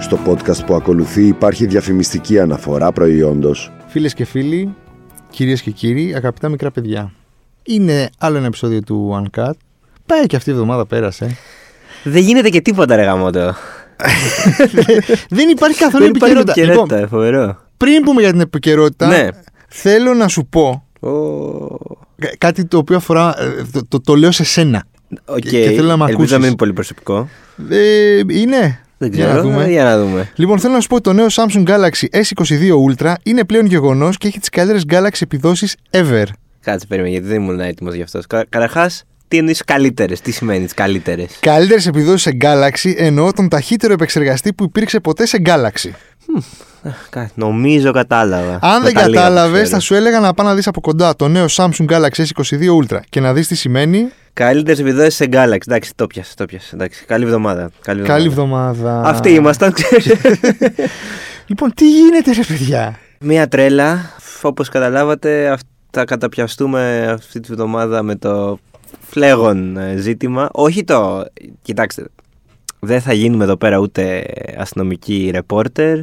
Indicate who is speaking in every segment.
Speaker 1: Στο podcast που ακολουθεί υπάρχει διαφημιστική αναφορά προϊόντος.
Speaker 2: Φίλες και φίλοι, κυρίες και κύριοι, αγαπητά μικρά παιδιά. Είναι άλλο ένα επεισόδιο του Uncut. Πάει και αυτή η εβδομάδα πέρασε.
Speaker 3: Δεν γίνεται και τίποτα, ρε γαμότο.
Speaker 2: Δεν υπάρχει καθόλου
Speaker 3: Δεν υπάρχει
Speaker 2: επικαιρότητα. Λοιπόν,
Speaker 3: επικαιρότητα, φοβερό.
Speaker 2: πριν πούμε για την επικαιρότητα,
Speaker 3: Ναι.
Speaker 2: θέλω να σου πω
Speaker 3: Ω,
Speaker 2: κα- κάτι το οποίο αφορά. ε, Το, το, το λέω σε σένα.
Speaker 3: Οκ.
Speaker 2: Και- και θέλω να μ'
Speaker 3: Ελπίζω να μην
Speaker 2: ακούσεις.
Speaker 3: είναι πολύ προσωπικό.
Speaker 2: Ε, είναι.
Speaker 3: Δεν
Speaker 2: Για
Speaker 3: ξέρω.
Speaker 2: να δούμε.
Speaker 3: Για να δούμε.
Speaker 2: Λοιπόν, θέλω να σου πω ότι το νέο Samsung Galaxy S22 Ultra είναι πλέον γεγονός και έχει τις καλύτερες Galaxy επιδόσεις ever.
Speaker 3: Κάτσε, περίμενε, γιατί δεν ήμουν έτοιμος γι' αυτό. Κα- Καταρχάς, τι εννοείς καλύτερες, τι σημαίνει τις καλύτερες.
Speaker 2: Καλύτερες επιδόσεις σε Galaxy εννοώ τον ταχύτερο επεξεργαστή που υπήρξε ποτέ σε Galaxy.
Speaker 3: Νομίζω κατάλαβα.
Speaker 2: Αν δεν
Speaker 3: Με τα λίγα που
Speaker 2: κατάλαβες,
Speaker 3: ξέρω.
Speaker 2: θα σου έλεγα να πά να δεις από κοντά το νέο Samsung Galaxy S22 Ultra και να δεις τι σημαίνει.
Speaker 3: Ναι. Καλύτερες επιδόσεις σε Galaxy. Εντάξει, το πιάσα, το πιάσα. Εντάξει, καλή εβδομάδα. Καλή εβδομάδα.
Speaker 2: Καλή εβδομάδα.
Speaker 3: Αυτοί ήμασταν, ξέρεις.
Speaker 2: Λοιπόν, τι γίνεται, ρε παιδιά.
Speaker 3: Μία τρέλα. Όπως καταλάβατε, αυ- θα καταπιαστούμε αυτή τη βδομάδα με το φλέγον ε, ζήτημα. Όχι το. Κοιτάξτε, δεν θα γίνουμε εδώ πέρα ούτε αστυνομικοί ρεπόρτερ,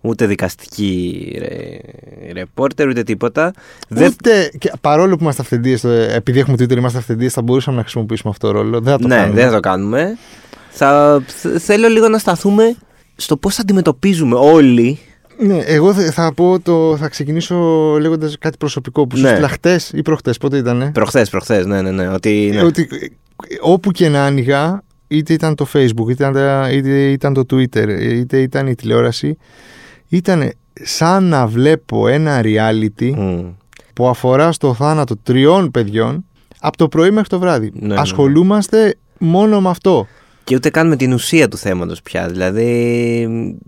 Speaker 3: ούτε δικαστικοί ρε- ρεπόρτερ, ούτε τίποτα. Δεν-
Speaker 2: Ούτε, και παρόλο που είμαστε αυθεντίες, επειδή έχουμε Twitter, είμαστε αυθεντίες, θα μπορούσαμε να χρησιμοποιήσουμε αυτό το ρόλο. Δεν θα το
Speaker 3: ναι,
Speaker 2: κάνουμε.
Speaker 3: δεν θα το κάνουμε. Θα, θ- θέλω λίγο να σταθούμε στο πώς αντιμετωπίζουμε όλοι.
Speaker 2: Ναι, εγώ θε- θα, πω το, θα ξεκινήσω λέγοντας κάτι προσωπικό που σου
Speaker 3: Ναι.
Speaker 2: στείλα χτε ή προχτές, πότε ήταν.
Speaker 3: Προχθές, προχθές, ναι, ναι, ναι. Ότι, ναι.
Speaker 2: Ότι ε, όπου και να άνοιγα, είτε ήταν το Facebook, είτε ήταν, τα- είτε ήταν το Twitter, είτε ήταν η τηλεόραση, ήταν σαν να βλέπω ένα reality
Speaker 3: Μμ.
Speaker 2: που αφορά στο θάνατο τριών παιδιών από το πρωί μέχρι το βράδυ.
Speaker 3: Ναι, ναι, ναι.
Speaker 2: Ασχολούμαστε μόνο με αυτό.
Speaker 3: Και ούτε καν με την ουσία του θέματος πια. Δηλαδή,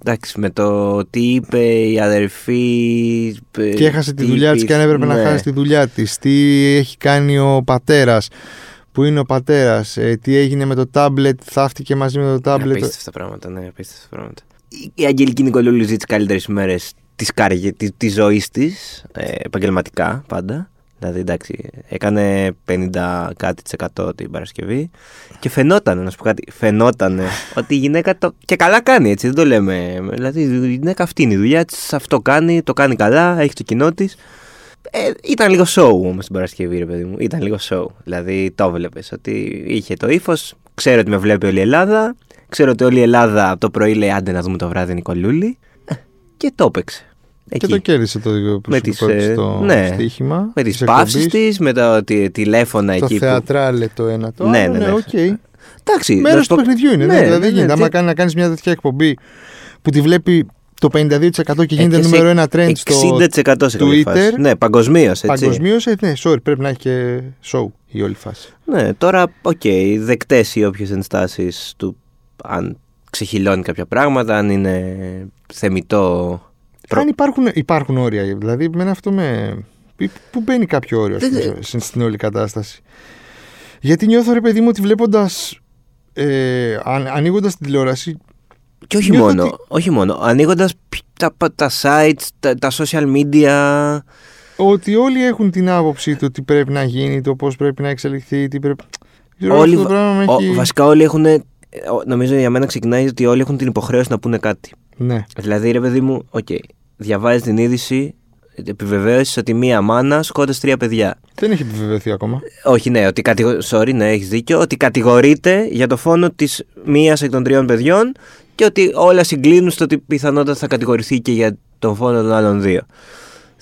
Speaker 3: εντάξει, με το τι είπε η αδερφή. ε,
Speaker 2: Και έχασε τη
Speaker 3: τι
Speaker 2: δουλειά
Speaker 3: είπε,
Speaker 2: της και αν έπρεπε
Speaker 3: ναι.
Speaker 2: να χάσει τη δουλειά της Τι έχει κάνει ο πατέρας Που είναι ο πατέρας ε, Τι έγινε με το τάμπλετ Θαύτηκε μαζί με το τάμπλετ
Speaker 3: Απίστευτα πράγματα, ναι, απίστευτα πράγματα. Η- Η Αγγελική Νικολούλη ζει τις καλύτερες ημέρες της καρι... της, της ζωής της, επαγγελματικά πάντα. Δηλαδή, εντάξει, έκανε 50 κάτι της εκατό την Παρασκευή. Και φαινόταν, να σου πω κάτι, φαινόταν ότι η γυναίκα το. και καλά κάνει, έτσι, δεν το λέμε. Δηλαδή, η γυναίκα αυτή είναι η δουλειά της, αυτό κάνει, το κάνει καλά, έχει το κοινό της. Ε, ήταν λίγο show όμω την Παρασκευή, ρε παιδί μου. Ήταν λίγο show. Δηλαδή το έβλεπε ότι είχε το ύφος. Ξέρω ότι με βλέπει όλη η Ελλάδα. Ξέρω ότι όλη η Ελλάδα από το πρωί λέει άντε να δούμε το βράδυ Νικολούλη. Ε, Και το έπαιξε.
Speaker 2: Και
Speaker 3: Εκεί.
Speaker 2: το κέρδισε το προσωπικό
Speaker 3: τις,
Speaker 2: της
Speaker 3: ε,
Speaker 2: το
Speaker 3: ναι.
Speaker 2: στοίχημα
Speaker 3: με
Speaker 2: της
Speaker 3: τι παύσει
Speaker 2: εκπομπής,
Speaker 3: της, με τα τι- τηλέφωνα
Speaker 2: Το
Speaker 3: ναι, εκεί. που...
Speaker 2: θεατράλε το ένα το
Speaker 3: Ναι,
Speaker 2: άλλο
Speaker 3: ναι,
Speaker 2: Ναι,
Speaker 3: ναι.
Speaker 2: οκ
Speaker 3: Εντάξει, να
Speaker 2: Μέρος
Speaker 3: σου πω-
Speaker 2: του παιχνιδιού είναι ναι, Δηλαδή
Speaker 3: ναι,
Speaker 2: γίνεται
Speaker 3: τι-
Speaker 2: Άμα κάνει να κάνεις μια τέτοια εκπομπή Που τη βλέπει το 52% και
Speaker 3: ε,
Speaker 2: γίνεται
Speaker 3: και σε
Speaker 2: νούμερο 1 trend στο
Speaker 3: 60% σε κάποια
Speaker 2: Twitter
Speaker 3: φάση. Ναι, παγκοσμίως.
Speaker 2: Παγκοσμίως, ε, ναι, sorry, πρέπει να έχει και show η όλη φάση.
Speaker 3: Ναι, τώρα, οκ, δεκτές οι όποιες ενστάσεις του. Αν ξεχυλώνει κάποια πράγματα, αν είναι θεμητό. Προ-
Speaker 2: Αν υπάρχουν, υπάρχουν όρια, δηλαδή με αυτό με. π- Πού μπαίνει κάποιο όριο ας
Speaker 3: Δεν-
Speaker 2: πούμε, στην- στην όλη κατάσταση. Γιατί νιώθω ρε παιδί μου ότι βλέποντας. Ε, αν, ανοίγοντας την τηλεόραση.
Speaker 3: Και όχι
Speaker 2: νιώθω
Speaker 3: μόνο,
Speaker 2: ότι-
Speaker 3: όχι μόνο. Ανοίγοντας τα, τα, τα sites, τα, τα social media.
Speaker 2: Ότι όλοι έχουν την άποψη του τι πρέπει να γίνει, το πώς πρέπει να εξελιχθεί, τι πρέπει. Ξέρω,
Speaker 3: όλοι,
Speaker 2: αυτό το πράγμα με
Speaker 3: ο-
Speaker 2: έχει-
Speaker 3: βασικά όλοι έχουν. ε, Νομίζω για μένα ξεκινάει ότι όλοι έχουν την υποχρέωση να πούνε κάτι.
Speaker 2: Ναι.
Speaker 3: Δηλαδή, ρε παιδί μου, οκ, διαβάζεις την είδηση, επιβεβαίωση ότι μία μάνα σκότωσε τρία παιδιά.
Speaker 2: Δεν έχει επιβεβαιωθεί ακόμα.
Speaker 3: Όχι, ναι, ότι κατηγο... Sorry, ναι, έχεις δίκιο. Ότι κατηγορείται για το φόνο της μίας εκ των τριών παιδιών και ότι όλα συγκλίνουν στο ότι πιθανότατα θα κατηγορηθεί και για τον φόνο των άλλων δύο.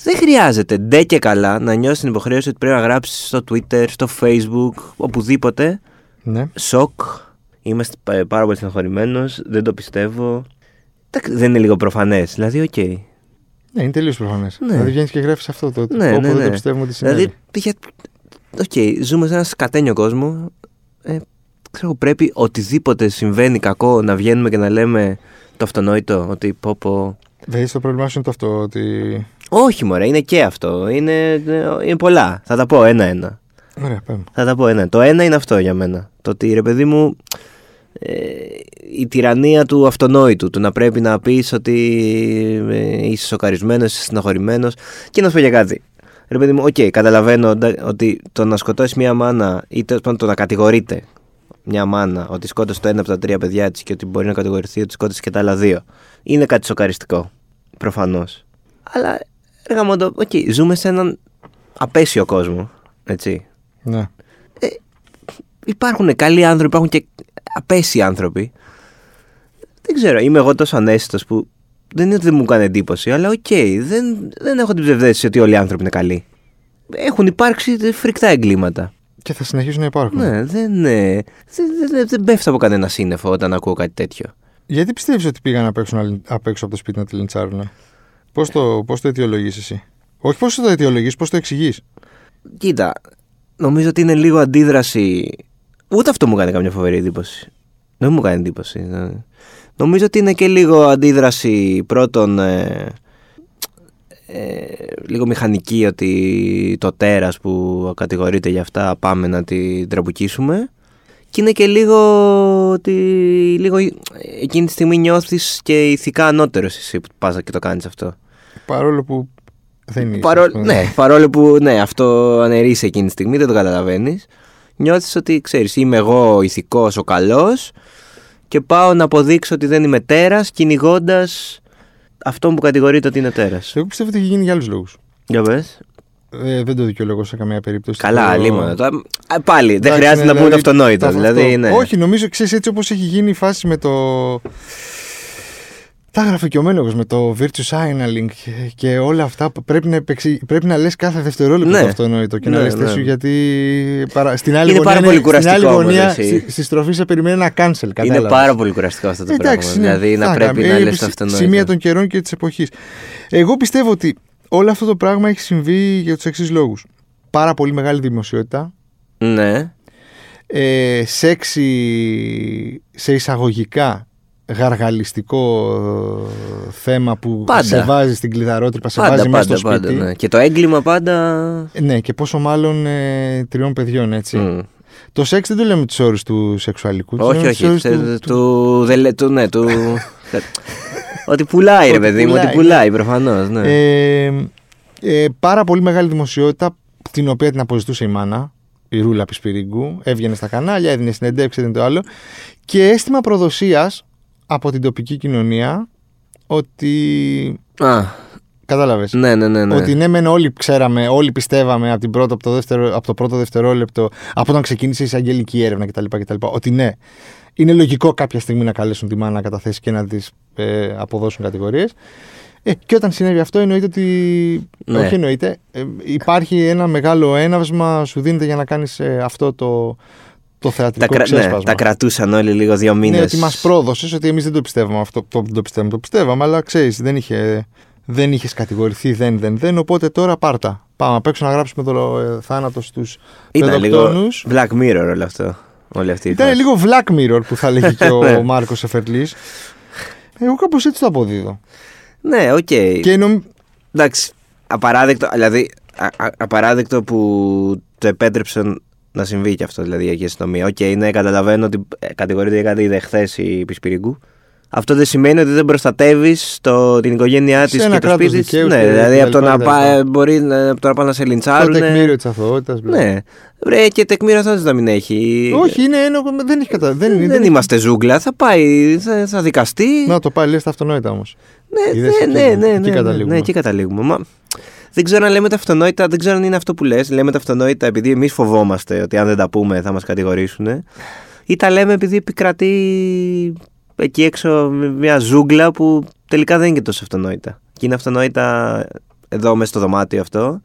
Speaker 3: Δεν χρειάζεται ντε και καλά να νιώσεις την υποχρέωση ότι πρέπει να γράψεις στο Twitter, στο Facebook, οπουδήποτε.
Speaker 2: Ναι.
Speaker 3: Σοκ. Είμαστε πα- πάρα πολύ στεναχωρημένος. Δεν το πιστεύω. Εντάξει, Δεν είναι λίγο προφανές. Δηλαδή, οκ.
Speaker 2: Ναι, είναι τελείως προφανές.
Speaker 3: Ναι.
Speaker 2: Δηλαδή βγαίνεις και γράφεις αυτό το.
Speaker 3: Ναι,
Speaker 2: όπου
Speaker 3: ναι,
Speaker 2: δεν
Speaker 3: ναι.
Speaker 2: το πιστεύουμε ότι συνέβη.
Speaker 3: Δηλαδή, για... Οκ, ζούμε σε ένα σκατένιο κόσμο. Ε, ξέρω, πρέπει οτιδήποτε συμβαίνει κακό να βγαίνουμε και να λέμε το αυτονόητο. Ότι πω πω.
Speaker 2: Δηλαδή, το πρόβλημά σου είναι το αυτό. Ότι...
Speaker 3: Όχι, μωρέ, είναι και αυτό. Είναι, ε, είναι πολλά. Θα τα πω ένα-ένα.
Speaker 2: Ωραία, πάμε.
Speaker 3: Θα τα πω ένα. Το ένα είναι αυτό για μένα. Το ότι ρε παιδί μου. ε, η τυραννία του αυτονόητου, του να πρέπει να πεις ότι ε, είσαι σοκαρισμένος, είσαι στεναχωρημένος και να σου πω για κάτι. Ρε παιδί μου, οκ, καταλαβαίνω ντα- ότι το να σκοτώσει μια μάνα ή τέλος πάντων το να κατηγορείται μια μάνα ότι σκότωσε το ένα από τα τρία παιδιά της και ότι μπορεί να κατηγορηθεί ότι σκότωσε και τα άλλα δύο. Είναι κάτι σοκαριστικό. Προφανώς. Αλλά έργα μου το. οκ, ζούμε σε έναν απέσιο κόσμο. Έτσι.
Speaker 2: Ναι.
Speaker 3: Υπάρχουν καλοί άνθρωποι, υπάρχουν και απέσιοι άνθρωποι. Δεν ξέρω, είμαι εγώ τόσο ανέστητος που δεν είναι ότι δεν μου κάνει εντύπωση, αλλά οκ, δεν, δεν έχω την ψευδέστηση ότι όλοι οι άνθρωποι είναι καλοί. Έχουν υπάρξει φρικτά εγκλήματα.
Speaker 2: Και θα συνεχίσουν να υπάρχουν.
Speaker 3: Ναι, δεν, ναι. δεν, δεν, δεν, δεν πέφτω από κανένα σύννεφο όταν ακούω κάτι τέτοιο.
Speaker 2: Γιατί πιστεύεις ότι πήγαν απ' έξω, να λιν- απ' έξω από το σπίτι να τη λιντσάρουνε. Πώς το, πώς το αιτιολογείς εσύ. Όχι πώς το αιτιολογείς, πώς το εξηγείς.
Speaker 3: Κοίτα, νομίζω ότι είναι λίγο αντίδραση. Ούτε αυτό μου κάνει καμιά φοβερή εντύπωση. Δεν μου κάνει εντύπωση. ναι. Νομίζω ότι είναι και λίγο αντίδραση πρώτον. ε, ε, λίγο μηχανική ότι το τέρας που κατηγορείται για αυτά πάμε να την τραμπουκίσουμε και είναι και λίγο ότι λίγο ε, εκείνη τη στιγμή νιώθεις και ηθικά ανώτερος εσύ που πας και το κάνεις αυτό.
Speaker 2: Παρόλο που δεν είναι.
Speaker 3: Παρό- ναι, παρόλο που ναι, αυτό αναιρείς εκείνη τη στιγμή, δεν το καταλαβαίνεις. Νιώθεις ότι ξέρεις είμαι εγώ ο ηθικός, ο καλός και πάω να αποδείξω ότι δεν είμαι τέρας κυνηγώντας αυτόν που κατηγορείται ότι είναι τέρας.
Speaker 2: Εγώ πιστεύω ότι έχει γίνει για άλλους λόγους.
Speaker 3: Για πες.
Speaker 2: Ε, δεν το δικαιολογώ σε καμία περίπτωση.
Speaker 3: Καλά,
Speaker 2: Το-
Speaker 3: λίμωνα. τώρα. Α, Πάλι, δεν
Speaker 2: Εντάξει,
Speaker 3: χρειάζεται
Speaker 2: ναι,
Speaker 3: να πούμε το
Speaker 2: δηλαδή,
Speaker 3: αυτονόητο.
Speaker 2: τα-
Speaker 3: Δηλαδή,
Speaker 2: αυτό.
Speaker 3: ναι.
Speaker 2: Όχι, νομίζω ξέρεις έτσι όπως έχει γίνει η φάση με το. Τα έγραφε και ο Μένογος με το virtue signaling και- και όλα αυτά που πρέπει να, επεξη... πρέπει να λες κάθε δευτερόλεπτο
Speaker 3: Ναι.
Speaker 2: το αυτονόητο και να
Speaker 3: Ναι,
Speaker 2: λες
Speaker 3: ναι.
Speaker 2: σου γιατί παρα... στην άλλη
Speaker 3: Είναι
Speaker 2: γωνία,
Speaker 3: πάρα πολύ
Speaker 2: στην άλλη
Speaker 3: κουραστικό,
Speaker 2: γωνία
Speaker 3: όμως, εσύ.
Speaker 2: στη, στη στροφή σε περιμένει να cancel κατάλαβες.
Speaker 3: Είναι πάρα πολύ κουραστικό αυτό το
Speaker 2: Εντάξει,
Speaker 3: πράγμα.
Speaker 2: είναι-
Speaker 3: Δηλαδή να
Speaker 2: θα
Speaker 3: πρέπει
Speaker 2: κάνουμε.
Speaker 3: να
Speaker 2: Ε,
Speaker 3: λες το
Speaker 2: σι-
Speaker 3: αυτονόητο.
Speaker 2: Σημεία των καιρών και της εποχής. Εγώ πιστεύω ότι όλο αυτό το πράγμα έχει συμβεί για τους εξής λόγους. Πάρα πολύ μεγάλη δημοσιότητα.
Speaker 3: Ναι.
Speaker 2: Ε, σεξι σε εισαγωγικά γαργαλιστικό ε, θέμα που
Speaker 3: Πάντα.
Speaker 2: σε βάζει στην κλειδαρότρυπα, σε
Speaker 3: Πάντα,
Speaker 2: βάζει μέσα
Speaker 3: πάντα,
Speaker 2: στο
Speaker 3: πάντα.
Speaker 2: σπίτι.
Speaker 3: ναι. Και το έγκλημα πάντα.
Speaker 2: Ναι, και πόσο μάλλον ε, τριών παιδιών, έτσι.
Speaker 3: Μμ.
Speaker 2: Το σεξ δεν το λέμε τους όρους του σεξουαλικού. το
Speaker 3: Mm. Όχι,
Speaker 2: λέμε τους
Speaker 3: όχι.
Speaker 2: όρους
Speaker 3: θε-
Speaker 2: του-
Speaker 3: Του. δεν λέ- του- Ναι, του. Ότι πουλάει, ρε
Speaker 2: Ότι
Speaker 3: παιδί μου, ότι
Speaker 2: πουλάει.
Speaker 3: πουλάει προφανώς. Ναι.
Speaker 2: Ε, ε, πάρα πολύ μεγάλη δημοσιότητα, την οποία την αποζητούσε η μάνα, η Ρούλα Πισπυρίγκου. Έβγαινε στα κανάλια, έδινε συνεντεύξεις, έδινε το άλλο. Και αίσθημα προδοσίας από την τοπική κοινωνία ότι.
Speaker 3: Α,
Speaker 2: Κατάλαβες.
Speaker 3: ναι, ναι, ναι. ναι.
Speaker 2: Ότι ναι, μεν όλοι ξέραμε, όλοι πιστεύαμε από, την πρώτη, από, το, δεύτερο, από το πρώτο δευτερόλεπτο, από όταν ξεκίνησε η εισαγγελική έρευνα κτλ. κτλ ότι ναι, είναι λογικό κάποια στιγμή να καλέσουν τη μάνα να καταθέσει και να τη ε, αποδώσουν κατηγορίες. Ε, και όταν συνέβη αυτό, εννοείται ότι.
Speaker 3: Ναι.
Speaker 2: Όχι, εννοείται. ε, υπάρχει ένα μεγάλο έναυσμα, σου δίνεται για να κάνεις αυτό το, το
Speaker 3: τα,
Speaker 2: θεατρικό
Speaker 3: κρα- ναι,
Speaker 2: ξέσπασμα.
Speaker 3: τα κρατούσαν όλοι λίγο δύο
Speaker 2: Ναι,
Speaker 3: μήνες.
Speaker 2: ότι μας πρόδωσες, ότι εμείς δεν το πιστεύαμε αυτό. Το, το πιστεύαμε, το πιστεύαμε, αλλά ξέρεις, δεν είχε. Δεν είχες κατηγορηθεί, δεν, δεν, δεν. Οπότε τώρα πάρτα. Πάμε απ' έξω να γράψουμε το ε, θάνατο στους
Speaker 3: Ήταν λίγο.
Speaker 2: παιδοκτόνους.
Speaker 3: Black Mirror όλο αυτό. Όλη αυτή η
Speaker 2: Ήταν
Speaker 3: φάση.
Speaker 2: λίγο Black Mirror που θα λέγει και
Speaker 3: Ναι.
Speaker 2: ο Μάρκος Εφερλής. Εγώ κάπως έτσι το αποδίδω.
Speaker 3: Ναι, οκ.
Speaker 2: Και νομ...
Speaker 3: Εντάξει. Απαράδεκτο, δηλαδή, α- α- απαράδεκτο που το επέτρεψαν να συμβεί και αυτό, δηλαδή η αστυνομία. Οκ, ναι, καταλαβαίνω ότι ε, κατηγορείται για κάτι είδε χθες η Πισπυριγκού. Αυτό δεν σημαίνει ότι δεν προστατεύεις την οικογένειά
Speaker 2: Σε
Speaker 3: τη
Speaker 2: ένα
Speaker 3: και το
Speaker 2: κράτος
Speaker 3: σπίτι τη.
Speaker 2: δικαίου
Speaker 3: Ναι,
Speaker 2: και
Speaker 3: δηλαδή
Speaker 2: τα
Speaker 3: από το
Speaker 2: λοιπά
Speaker 3: να
Speaker 2: και τα
Speaker 3: πάει,
Speaker 2: λοιπά.
Speaker 3: μπορεί να, από το να πάνε να σε
Speaker 2: το
Speaker 3: λιντσάρουν. ε,
Speaker 2: τεκμήριο της αθωότητας.
Speaker 3: Ναι. Βρε, και τεκμήριο αυτό να μην έχει. Ε,
Speaker 2: Όχι, είναι ένοχο. Δεν έχει κατα... δεν,
Speaker 3: δεν,
Speaker 2: δεν,
Speaker 3: είμαστε ζούγκλα. Θα πάει, θα, θα δικαστεί.
Speaker 2: Να το πάει, λες τα αυτονόητα όμως.
Speaker 3: Ναι,
Speaker 2: Είδες,
Speaker 3: ναι,
Speaker 2: εκεί-
Speaker 3: ναι, ναι, ναι,
Speaker 2: εκεί
Speaker 3: ναι,
Speaker 2: καταλήγουμε.
Speaker 3: ναι, εκεί καταλήγουμε. Μα δεν ξέρω αν λέμε τα αυτονόητα, δεν ξέρω αν είναι αυτό που λες. Λέμε τα αυτονόητα επειδή εμείς φοβόμαστε ότι αν δεν τα πούμε θα μας κατηγορήσουν. Ή τα λέμε επειδή επικρατεί εκεί έξω μια ζούγκλα που τελικά δεν είναι και τόσο αυτονόητα. Και είναι αυτονόητα εδώ μέσα στο δωμάτιο αυτό.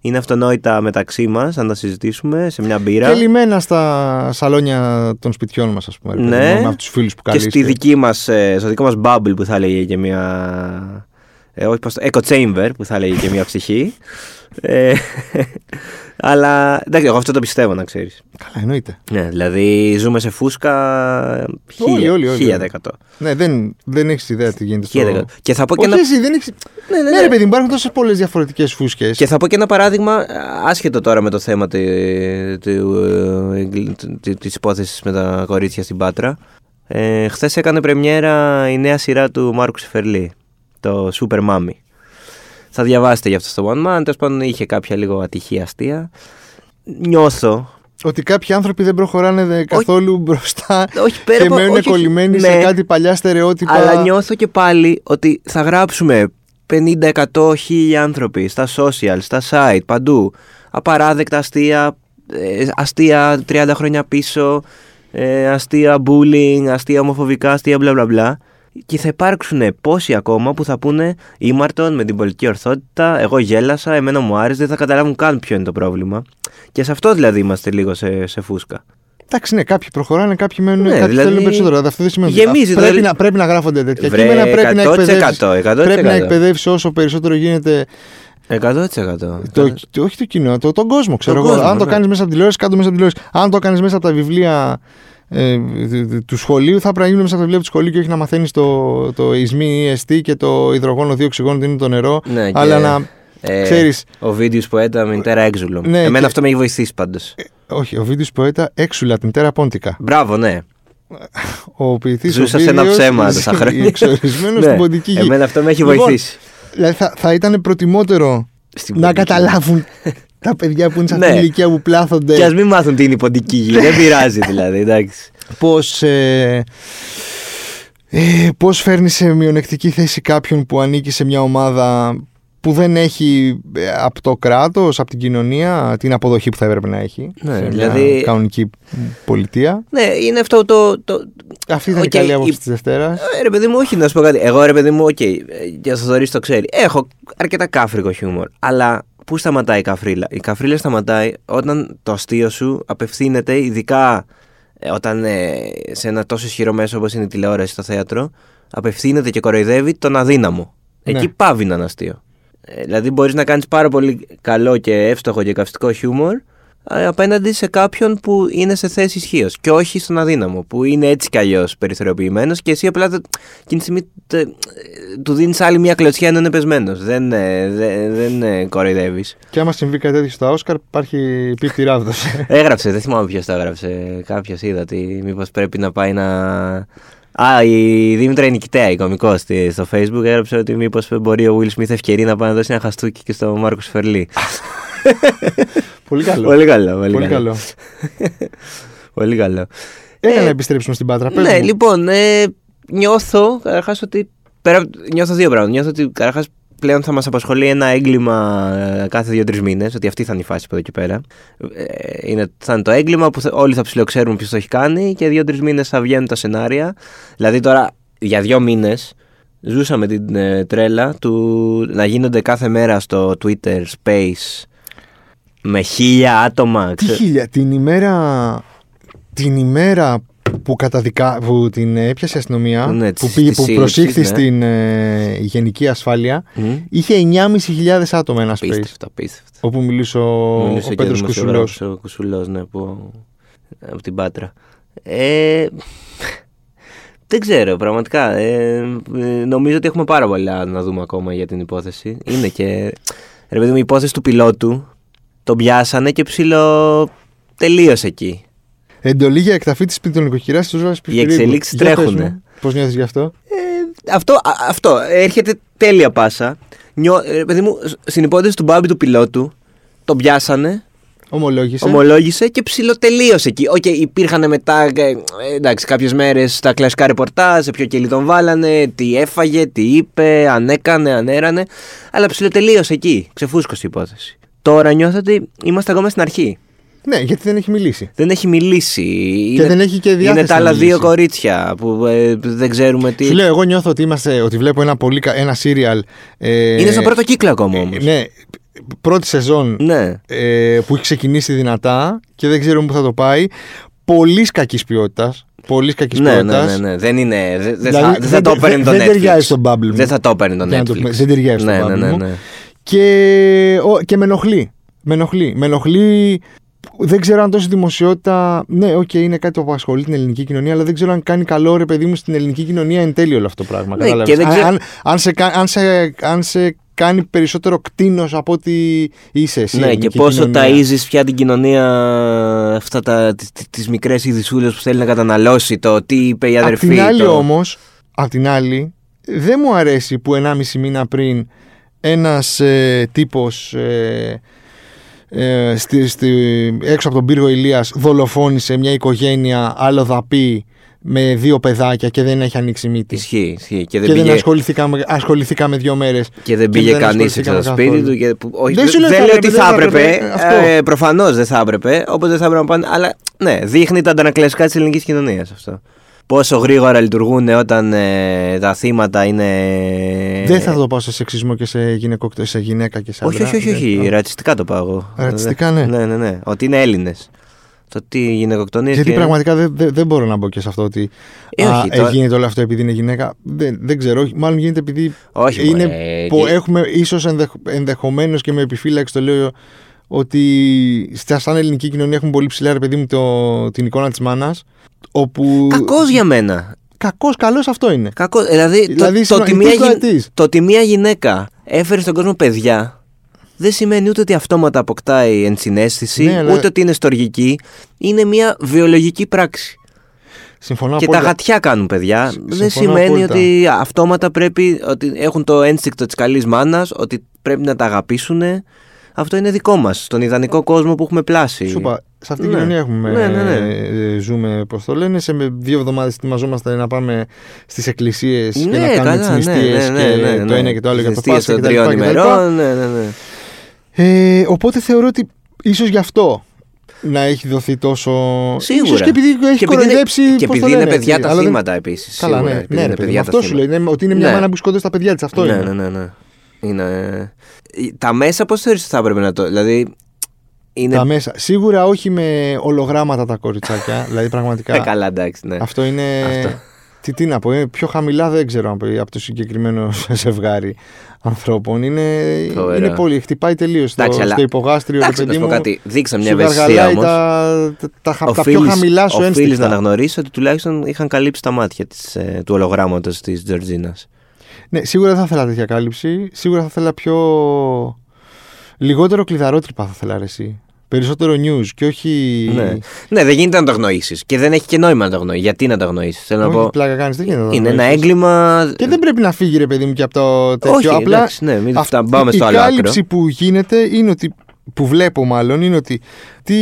Speaker 3: Είναι αυτονόητα μεταξύ μας, αν τα συζητήσουμε σε μια μπύρα.
Speaker 2: Και λυμμένα στα σαλόνια των σπιτιών μας, ας πούμε. ρε
Speaker 3: Ναι.
Speaker 2: παιδί μου, Με αυτούς τους φίλους που
Speaker 3: και
Speaker 2: καλείς
Speaker 3: στη δική μας, ε, στο δικό μας bubble που θα έλεγε και μια... Ε, όχι, πώς το- echo chamber που θα έλεγε και μια ψυχή. Ε, αλλά εντάξει, εγώ αυτό το πιστεύω να ξέρεις.
Speaker 2: Καλά, εννοείται.
Speaker 3: Ναι, δηλαδή ζούμε σε φούσκα
Speaker 2: Όλοι, όλοι, όλοι.
Speaker 3: 1000%.
Speaker 2: Ναι, δεν, δεν έχεις ιδέα τι γίνεται στο.
Speaker 3: 1000%. Και θα πω και
Speaker 2: Όχι,
Speaker 3: ένα...
Speaker 2: εσύ δεν έχεις.
Speaker 3: Ναι, ναι,
Speaker 2: Ναι, ρε παιδί, μου, υπάρχουν τόσες πολλές διαφορετικές φούσκες.
Speaker 3: Και θα πω και ένα παράδειγμα άσχετο τώρα με το θέμα τη της υπόθεσης με τα κορίτσια στην Πάτρα. Ε, χθες έκανε πρεμιέρα η νέα σειρά του Μάρκου Σεφερλή, το Super Mummy. Θα διαβάσετε γι' αυτό στο One Man, τέλος πάντων είχε κάποια λίγο ατυχή αστεία. Νιώθω
Speaker 2: ότι κάποιοι άνθρωποι δεν προχωράνε δε- καθόλου μπροστά
Speaker 3: Όχι, πέρα
Speaker 2: και
Speaker 3: από-
Speaker 2: μένουν
Speaker 3: όχι, όχι,
Speaker 2: κολλημένοι σε
Speaker 3: ναι.
Speaker 2: κάτι παλιά στερεότυπα.
Speaker 3: Αλλά νιώθω και πάλι ότι θα γράψουμε 50, 100, 1000 άνθρωποι στα social, στα site, παντού. Απαράδεκτα αστεία, ε, αστεία 30 χρόνια πίσω, ε, αστεία bullying, αστεία ομοφοβικά, αστεία μπλα μπλα μπλα. Και θα υπάρξουν πόσοι ακόμα που θα πούνε ήμαρτον με την πολιτική ορθότητα. Εγώ γέλασα, εμένα μου άρεσε, δεν θα καταλάβουν καν ποιο είναι το πρόβλημα. Και σε αυτό δηλαδή είμαστε λίγο σε, σε φούσκα.
Speaker 2: Εντάξει, ναι, κάποιοι προχωράνε, κάποιοι μένουν.
Speaker 3: Ναι,
Speaker 2: κάποιοι
Speaker 3: δηλαδή,
Speaker 2: θέλουν περισσότερο. Αλλά Αυτό δεν σημαίνει. ότι-
Speaker 3: γεμίζει,
Speaker 2: πρέπει,
Speaker 3: δηλαδή-
Speaker 2: να, πρέπει να γράφονται τέτοια
Speaker 3: Βρε,
Speaker 2: κείμενα. Πρέπει να
Speaker 3: 100%,
Speaker 2: εκπαιδεύσεις-
Speaker 3: 100%.
Speaker 2: Πρέπει να εκπαιδεύσεις όσο περισσότερο γίνεται
Speaker 3: 100%.
Speaker 2: Το, το- όχι το κοινό, το, τον κόσμο. Ξέρω εγώ.
Speaker 3: κόσμο,
Speaker 2: Αν το
Speaker 3: ναι.
Speaker 2: κάνεις μέσα από τηλεόραση, κάτω μέσα από τηλεόραση. Αν το κάνεις μέσα από τα βιβλία ε, δ- δ- του σχολείου, θα πρέπει να γίνουν μέσα από τα βιβλία του σχολείου και όχι να μαθαίνεις το, το ΙΣΜΗ, EST και το υδρογόνο δύο οξυγόνου, τι είναι το νερό.
Speaker 3: Ναι, και-
Speaker 2: αλλά να.
Speaker 3: Ε,
Speaker 2: Ξέρεις-
Speaker 3: Ο βίντεο που έταμε είναι τέρα έξουλο.
Speaker 2: Ναι,
Speaker 3: Εμένα
Speaker 2: και- Ε,
Speaker 3: αυτό με έχει βοηθήσει πάντως.
Speaker 2: Όχι, ο βίντεο ποέτα έξουλα την τέρα πόντικα.
Speaker 3: Μπράβο, ναι.
Speaker 2: Ο ποιητής.
Speaker 3: Ζούσα σε ένα ψέμα τόσα χρόνια.
Speaker 2: Εξορισμένος
Speaker 3: Ναι.
Speaker 2: στην ποντική γη.
Speaker 3: Εμένα αυτό με έχει
Speaker 2: Λοιπόν,
Speaker 3: βοηθήσει.
Speaker 2: Δηλαδή θα, θα ήταν προτιμότερο
Speaker 3: Στην
Speaker 2: να
Speaker 3: ποντική.
Speaker 2: καταλάβουν τα παιδιά που είναι σε αυτή
Speaker 3: Ναι.
Speaker 2: την ηλικία που πλάθονται.
Speaker 3: Και ας μην μάθουν τι είναι η ποντική
Speaker 2: Ναι.
Speaker 3: γη. Δεν πειράζει δηλαδή, εντάξει.
Speaker 2: πώς, ε, ε, πώς φέρνει σε μειονεκτική θέση κάποιον που ανήκει σε μια ομάδα που δεν έχει ε, από το κράτος, από την κοινωνία, την αποδοχή που θα έπρεπε να έχει
Speaker 3: Ναι,
Speaker 2: σε μια
Speaker 3: δηλαδή-
Speaker 2: κανονική πολιτεία.
Speaker 3: Ναι, είναι αυτό το. το...
Speaker 2: Αυτή ήταν
Speaker 3: Οκ,
Speaker 2: η καλή άποψη
Speaker 3: η-
Speaker 2: της Δευτέρας.
Speaker 3: Ε, ρε παιδί μου, όχι να σου πω κάτι. Εγώ ρε παιδί μου, οκ, okay, για Θοδωρή το ξέρει. Έχω αρκετά κάφρικο χιούμορ. Αλλά πού σταματάει η καφρίλα. Η καφρίλα σταματάει όταν το αστείο σου απευθύνεται, ειδικά ε, όταν ε, σε ένα τόσο ισχυρό μέσο όπως είναι η τηλεόραση στο θέατρο, απευθύνεται και κοροϊδεύει τον αδύναμο.
Speaker 2: Ναι.
Speaker 3: Εκεί πάβει να είναι αστείο. Ε, δηλαδή μπορείς να κάνεις πάρα πολύ καλό και εύστοχο και καυστικό χιούμορ ε, απέναντι σε κάποιον που είναι σε θέση ισχύως και όχι στον αδύναμο που είναι έτσι κι αλλιώς περιθωριοποιημένος και εσύ απλά τε- εκείνη τη στιγμή τε- ε, του δίνεις άλλη μια κλωτσιά ενώ είναι πεσμένος. Δεν, ε, δε- δεν κοροϊδεύεις.
Speaker 2: Και άμα συμβεί κάτι τέτοιο στα Όσκαρ υπάρχει πίπτη ράβδος.
Speaker 3: Έγραψε, δεν θυμάμαι ποιος το έγραψε. Κάποιος είδα ότι μήπως πρέπει να πάει να. Α, η Δήμητρα Νικητέα, η κωμικός στο Facebook, έγραψε ότι μήπως μπορεί ο Will Smith ευκαιρία να πάει να δώσει ένα χαστούκι και στο Μάρκος Φερλί.
Speaker 2: πολύ καλό.
Speaker 3: Πολύ καλό. Πολύ,
Speaker 2: πολύ καλό.
Speaker 3: Πολύ καλό.
Speaker 2: Έκανα να
Speaker 3: Ε,
Speaker 2: επιστρέψουμε στην Πάτρα. πες
Speaker 3: Ναι,
Speaker 2: μου.
Speaker 3: λοιπόν, ε, νιώθω καταρχάς ότι. Πέρα, απ'- νιώθω δύο πράγματα. Νιώθω ότι καταρχάς πλέον θα μας απασχολεί ένα έγκλημα ε, κάθε δύο-τρει μήνες, ότι αυτή θα είναι η φάση από εδώ και πέρα. Ε, είναι, θα είναι το έγκλημα που θα- όλοι θα ψηλοξέρουν ποιος το έχει κάνει και δύο-τρει μήνες θα βγαίνουν τα σενάρια. Δηλαδή τώρα για δύο μήνες ζούσαμε την ε, τρέλα του να γίνονται κάθε μέρα στο Twitter Space με χίλια άτομα.
Speaker 2: Τι
Speaker 3: ξέρω.
Speaker 2: χίλια, την ημέρα, την ημέρα που, καταδικα... που την ε, έπιασε η αστυνομία,
Speaker 3: Ναι,
Speaker 2: που,
Speaker 3: της-
Speaker 2: πήγε,
Speaker 3: της
Speaker 2: που
Speaker 3: σύλληψης,
Speaker 2: προσήχθη
Speaker 3: ναι.
Speaker 2: στην ε, Γενική Ασφάλεια,
Speaker 3: Μμμ.
Speaker 2: είχε 9.500 άτομα ένα space.
Speaker 3: Απίστευτα, απίστευτα.
Speaker 2: Όπου μιλούσε ο,
Speaker 3: Μιλούσε
Speaker 2: ο
Speaker 3: και
Speaker 2: Πέτρος
Speaker 3: δημοσιογράφος,
Speaker 2: Κουσουλός.
Speaker 3: Ο Κουσουλός, ναι, που... από την Πάτρα. Ε, δεν ξέρω, πραγματικά. Ε, ε, νομίζω ότι έχουμε πάρα πολλά να δούμε ακόμα για την υπόθεση. Είναι και. Ρε παιδί μου, η υπόθεση του πιλότου τον πιάσανε και ψηλό. Τελείωσε εκεί.
Speaker 2: Εντολή για εκταφή της πιτρονικοκυρά του Ζώα Πιτρονικοκυρά.
Speaker 3: εξελίξεις τρέχουνε.
Speaker 2: Πώς νιώθεις γι' αυτό,
Speaker 3: Ε, αυτό, α- αυτό έρχεται τέλεια πάσα. Νιώ, ε, ρε παιδί μου, σ- στην υπόθεση του Μπάμπη του πιλότου τον πιάσανε
Speaker 2: Ομολόγησε.
Speaker 3: Ομολόγησε και ψηλοτελείωσε εκεί. Οκ, υπήρχαν μετά ε, εντάξει, κάποιες μέρες τα κλασικά ρεπορτάζ, σε ποιο κελί τον βάλανε, τι έφαγε, τι είπε, αν έκανε, αν έρανε. Αλλά ψηλοτελείωσε εκεί. Ξεφούσκωσε η υπόθεση. Τώρα νιώθω ότι είμαστε ακόμα στην αρχή.
Speaker 2: Ναι, γιατί δεν έχει μιλήσει.
Speaker 3: Δεν έχει μιλήσει.
Speaker 2: Και δεν έχει και διάθεση
Speaker 3: Είναι τα
Speaker 2: να
Speaker 3: άλλα
Speaker 2: μιλήσει.
Speaker 3: δύο κορίτσια που ε, δεν ξέρουμε τι.
Speaker 2: Σου λέω, εγώ νιώθω ότι, είμαστε, ότι βλέπω ένα, πολύ, κα- ένα serial. ε,
Speaker 3: Είναι στον πρώτο κύκλο ακόμα όμως.
Speaker 2: ε, Ναι, πρώτη σεζόν
Speaker 3: Ναι.
Speaker 2: ε, που έχει ξεκινήσει δυνατά και δεν ξέρουμε πού θα το πάει. Πολύς κακής ποιότητας. Πολύς κακής
Speaker 3: Ναι,
Speaker 2: ποιότητας.
Speaker 3: ναι, ναι, ναι. Δεν είναι. δε- Δεν
Speaker 2: Δηλαδή,
Speaker 3: θα, δεν θα το
Speaker 2: τε-
Speaker 3: παίρνει το Netflix.
Speaker 2: δεν ταιριάζει στον bubble μου.
Speaker 3: Δεν θα το παίρνει το
Speaker 2: Για να το πούμε,
Speaker 3: Netflix.
Speaker 2: δεν ταιριάζει στον
Speaker 3: Ναι,
Speaker 2: bubble
Speaker 3: ναι, ναι,
Speaker 2: μου.
Speaker 3: ναι.
Speaker 2: Και, ο, και με ενοχλεί. Με ενοχλεί. Με ενοχλεί. Δεν ξέρω αν τόση δημοσιότητα. Ναι, οκ, είναι κάτι που απασχολεί την ελληνική κοινωνία, αλλά δεν ξέρω αν κάνει καλό ρε παιδί μου στην ελληνική κοινωνία εν τέλει όλο αυτό το πράγμα.
Speaker 3: Ναι,
Speaker 2: κατάλαβες.
Speaker 3: και δεν
Speaker 2: αν,
Speaker 3: ξέρω-
Speaker 2: αν, αν σε, κα- αν, σε, αν σε κάνει περισσότερο κτίνος από ότι είσαι εσύ. η
Speaker 3: Ναι, και
Speaker 2: ελληνική
Speaker 3: πόσο
Speaker 2: κοινωνία.
Speaker 3: ταΐζεις πια την κοινωνία αυτά τα, τις, τις μικρές ειδησούλες που θέλει να καταναλώσει το τι είπε η αδερφή.
Speaker 2: Απ' την άλλη
Speaker 3: το...
Speaker 2: όμως, απ' την άλλη, δεν μου αρέσει που 1,5 μήνα πριν ένας ε, τύπος ε, ε, στη, στη, έξω από τον πύργο Ηλίας δολοφόνησε μια οικογένεια άλλο δαπή με δύο παιδάκια και δεν έχει ανοίξει μύτη.
Speaker 3: Ισχύει, ισχύει. Και δεν
Speaker 2: και
Speaker 3: πήγε,
Speaker 2: δεν ασχοληθήκαμε, ασχοληθήκαμε δύο μέρες.
Speaker 3: και δεν πήγε κανεί στο σπίτι του. Και, που- όχι, δεν,
Speaker 2: σου λέω ότι
Speaker 3: λέω
Speaker 2: θα
Speaker 3: ότι
Speaker 2: έπρεπε, δεν
Speaker 3: θα
Speaker 2: θα
Speaker 3: έπρεπε.
Speaker 2: έπρεπε, αυτό.
Speaker 3: Ε, Προφανώς δεν θα έπρεπε. Όπως δεν θα έπρεπε να πάνε. Αλλά ναι, δείχνει τα αντανακλαστικά της ελληνικής κοινωνίας αυτό. Πόσο γρήγορα λειτουργούν όταν ε, τα θύματα είναι.
Speaker 2: Δεν θα το πάω σε σεξισμό και σε, γυναικο, σε γυναίκα και σε
Speaker 3: Όχι,
Speaker 2: άντρα.
Speaker 3: όχι, όχι.
Speaker 2: Δεν-
Speaker 3: όχι. Ρατσιστικά το πάω εγώ.
Speaker 2: Ρατσιστικά, ναι.
Speaker 3: Ναι, ναι, ναι. Ότι είναι Έλληνες. Το τι γυναικοκτονίες.
Speaker 2: Γιατί πραγματικά δεν, δεν, δεν μπορώ να μπω και σε αυτό ότι
Speaker 3: Ε,
Speaker 2: α,
Speaker 3: όχι,
Speaker 2: ε,
Speaker 3: τώρα-
Speaker 2: γίνεται όλο αυτό επειδή είναι γυναίκα. Δεν, δεν ξέρω. όχι, Μάλλον γίνεται επειδή
Speaker 3: Όχι,
Speaker 2: είναι
Speaker 3: μωρέ,
Speaker 2: που
Speaker 3: και-
Speaker 2: έχουμε ίσως ενδεχομένως και με επιφύλαξη το λέω ότι στα- σαν ελληνική κοινωνία έχουμε πολύ ψηλά, ρε παιδί μου, το, την εικόνα της μάνας. Όπου.
Speaker 3: Κακός για μένα.
Speaker 2: Κακός, καλός αυτό είναι.
Speaker 3: Κακός, δηλαδή, το-
Speaker 2: Δηλαδή,
Speaker 3: το,
Speaker 2: συγγνώμη,
Speaker 3: ότι
Speaker 2: τι
Speaker 3: μια
Speaker 2: το
Speaker 3: γυ-
Speaker 2: αιτείς?
Speaker 3: το ότι μια γυναίκα έφερε στον κόσμο παιδιά δεν σημαίνει ούτε ότι αυτόματα αποκτάει ενσυναίσθηση,
Speaker 2: Ναι, αλλά-
Speaker 3: ούτε ότι είναι στοργική. Είναι μια βιολογική πράξη.
Speaker 2: Συμφωνώ
Speaker 3: και
Speaker 2: απόλυτα.
Speaker 3: τα γατιά κάνουν παιδιά. δεν
Speaker 2: συμφωνώ
Speaker 3: σημαίνει
Speaker 2: απόλυτα.
Speaker 3: ότι αυτόματα πρέπει. ότι έχουν το ένστικτο της καλής μάνας, ότι πρέπει να τα αγαπήσουν. Αυτό είναι δικό μας, στον ιδανικό κόσμο που έχουμε πλάσει.
Speaker 2: Σου είπα, σε αυτή την
Speaker 3: Ε, Ναι.
Speaker 2: κοινωνία έχουμε,
Speaker 3: Ναι, ναι, ναι.
Speaker 2: ε, ζούμε, πώς το λένε. Σε με- δύο εβδομάδες ετοιμαζόμαστε να πάμε στις εκκλησίες και να
Speaker 3: Ναι,
Speaker 2: κάνουμε
Speaker 3: καλά,
Speaker 2: τις νηστείε και το ένα και το άλλο για το
Speaker 3: Νηστείες
Speaker 2: Πάσχα
Speaker 3: των
Speaker 2: και τα
Speaker 3: τριών
Speaker 2: λοιπά και τα λοιπά.
Speaker 3: ημερών, ναι, ναι, ναι.
Speaker 2: Ε, οπότε θεωρώ ότι ίσως γι' αυτό να έχει δοθεί τόσο.
Speaker 3: Σίγουρα.
Speaker 2: Ίσως και επειδή έχει
Speaker 3: Και επειδή είναι-
Speaker 2: κοροϊδέψει.
Speaker 3: και
Speaker 2: πώς το
Speaker 3: επειδή είναι
Speaker 2: λένε,
Speaker 3: παιδιά
Speaker 2: έτσι,
Speaker 3: τα
Speaker 2: αλλά δεν-
Speaker 3: θύματα επίσης,
Speaker 2: Καλά,
Speaker 3: σίγουρα,
Speaker 2: ναι,
Speaker 3: επειδή
Speaker 2: ναι,
Speaker 3: είναι
Speaker 2: ρε παιδί
Speaker 3: παιδιά
Speaker 2: μου,
Speaker 3: τα
Speaker 2: αυτό σου λέει.
Speaker 3: θύματα.
Speaker 2: είναι- Ότι είναι μια
Speaker 3: Ναι.
Speaker 2: μάνα που σκοτώνει τα παιδιά της. Αυτό
Speaker 3: ναι,
Speaker 2: είναι.
Speaker 3: ναι, ναι, ναι. Είναι... ε, Τα μέσα πώς θεωρείς ότι θα έπρεπε να το. Δηλαδή. Είναι.
Speaker 2: Τα μέσα. Σίγουρα όχι με ολογράμματα τα κοριτσάκια. δηλαδή
Speaker 3: Ε,
Speaker 2: πραγματικά.
Speaker 3: καλά, εντάξει, ναι.
Speaker 2: αυτό είναι.
Speaker 3: Αυτό.
Speaker 2: Τι, τι να πω, είναι πιο χαμηλά δεν ξέρω αν πω, από το συγκεκριμένο ζευγάρι ανθρώπων. Είναι,
Speaker 3: Φοβερό.
Speaker 2: είναι πολύ, χτυπάει τελείως στο,
Speaker 3: Εντάξει, αλλά-
Speaker 2: στο υπογάστριο. ρε
Speaker 3: Εντάξει, να
Speaker 2: παιδί
Speaker 3: σου πω
Speaker 2: μου,
Speaker 3: κάτι. Δείξα μια
Speaker 2: σου
Speaker 3: ευαισθησία
Speaker 2: γαργαλάει
Speaker 3: όμως.
Speaker 2: Τα, τα, τα, χα- τα πιο χαμηλά σου
Speaker 3: Οφείλεις να
Speaker 2: ένστικτα.
Speaker 3: αναγνωρίσεις ότι τουλάχιστον είχαν καλύψει τα μάτια της, ε, του ολογράμματος της Τζορτζίνας.
Speaker 2: Ναι, σίγουρα δεν θα ήθελα τέτοια κάλυψη. Σίγουρα θα ήθελα πιο. Λιγότερο κλειδαρότρυπα θα ήθελα ρε, εσύ. Περισσότερο news και όχι.
Speaker 3: Ναι. ναι, δεν γίνεται να το αγνοήσεις. Και δεν έχει και νόημα να το αγνοήσεις. Γιατί να το αγνοήσεις. Θέλω να
Speaker 2: όχι
Speaker 3: πω.
Speaker 2: πλάκα κάνεις. Δεν γίνεται να το
Speaker 3: Είναι ένα
Speaker 2: αγνοήσεις.
Speaker 3: έγκλημα.
Speaker 2: Και δεν πρέπει να φύγει ρε παιδί μου και από το τέτοιο.
Speaker 3: Όχι,
Speaker 2: Απλά
Speaker 3: εντάξει, ναι, μην
Speaker 2: αυτή-
Speaker 3: τα πάμε στο άλλο
Speaker 2: Η
Speaker 3: άκρο.
Speaker 2: κάλυψη που γίνεται είναι ότι. που βλέπω μάλλον είναι ότι τι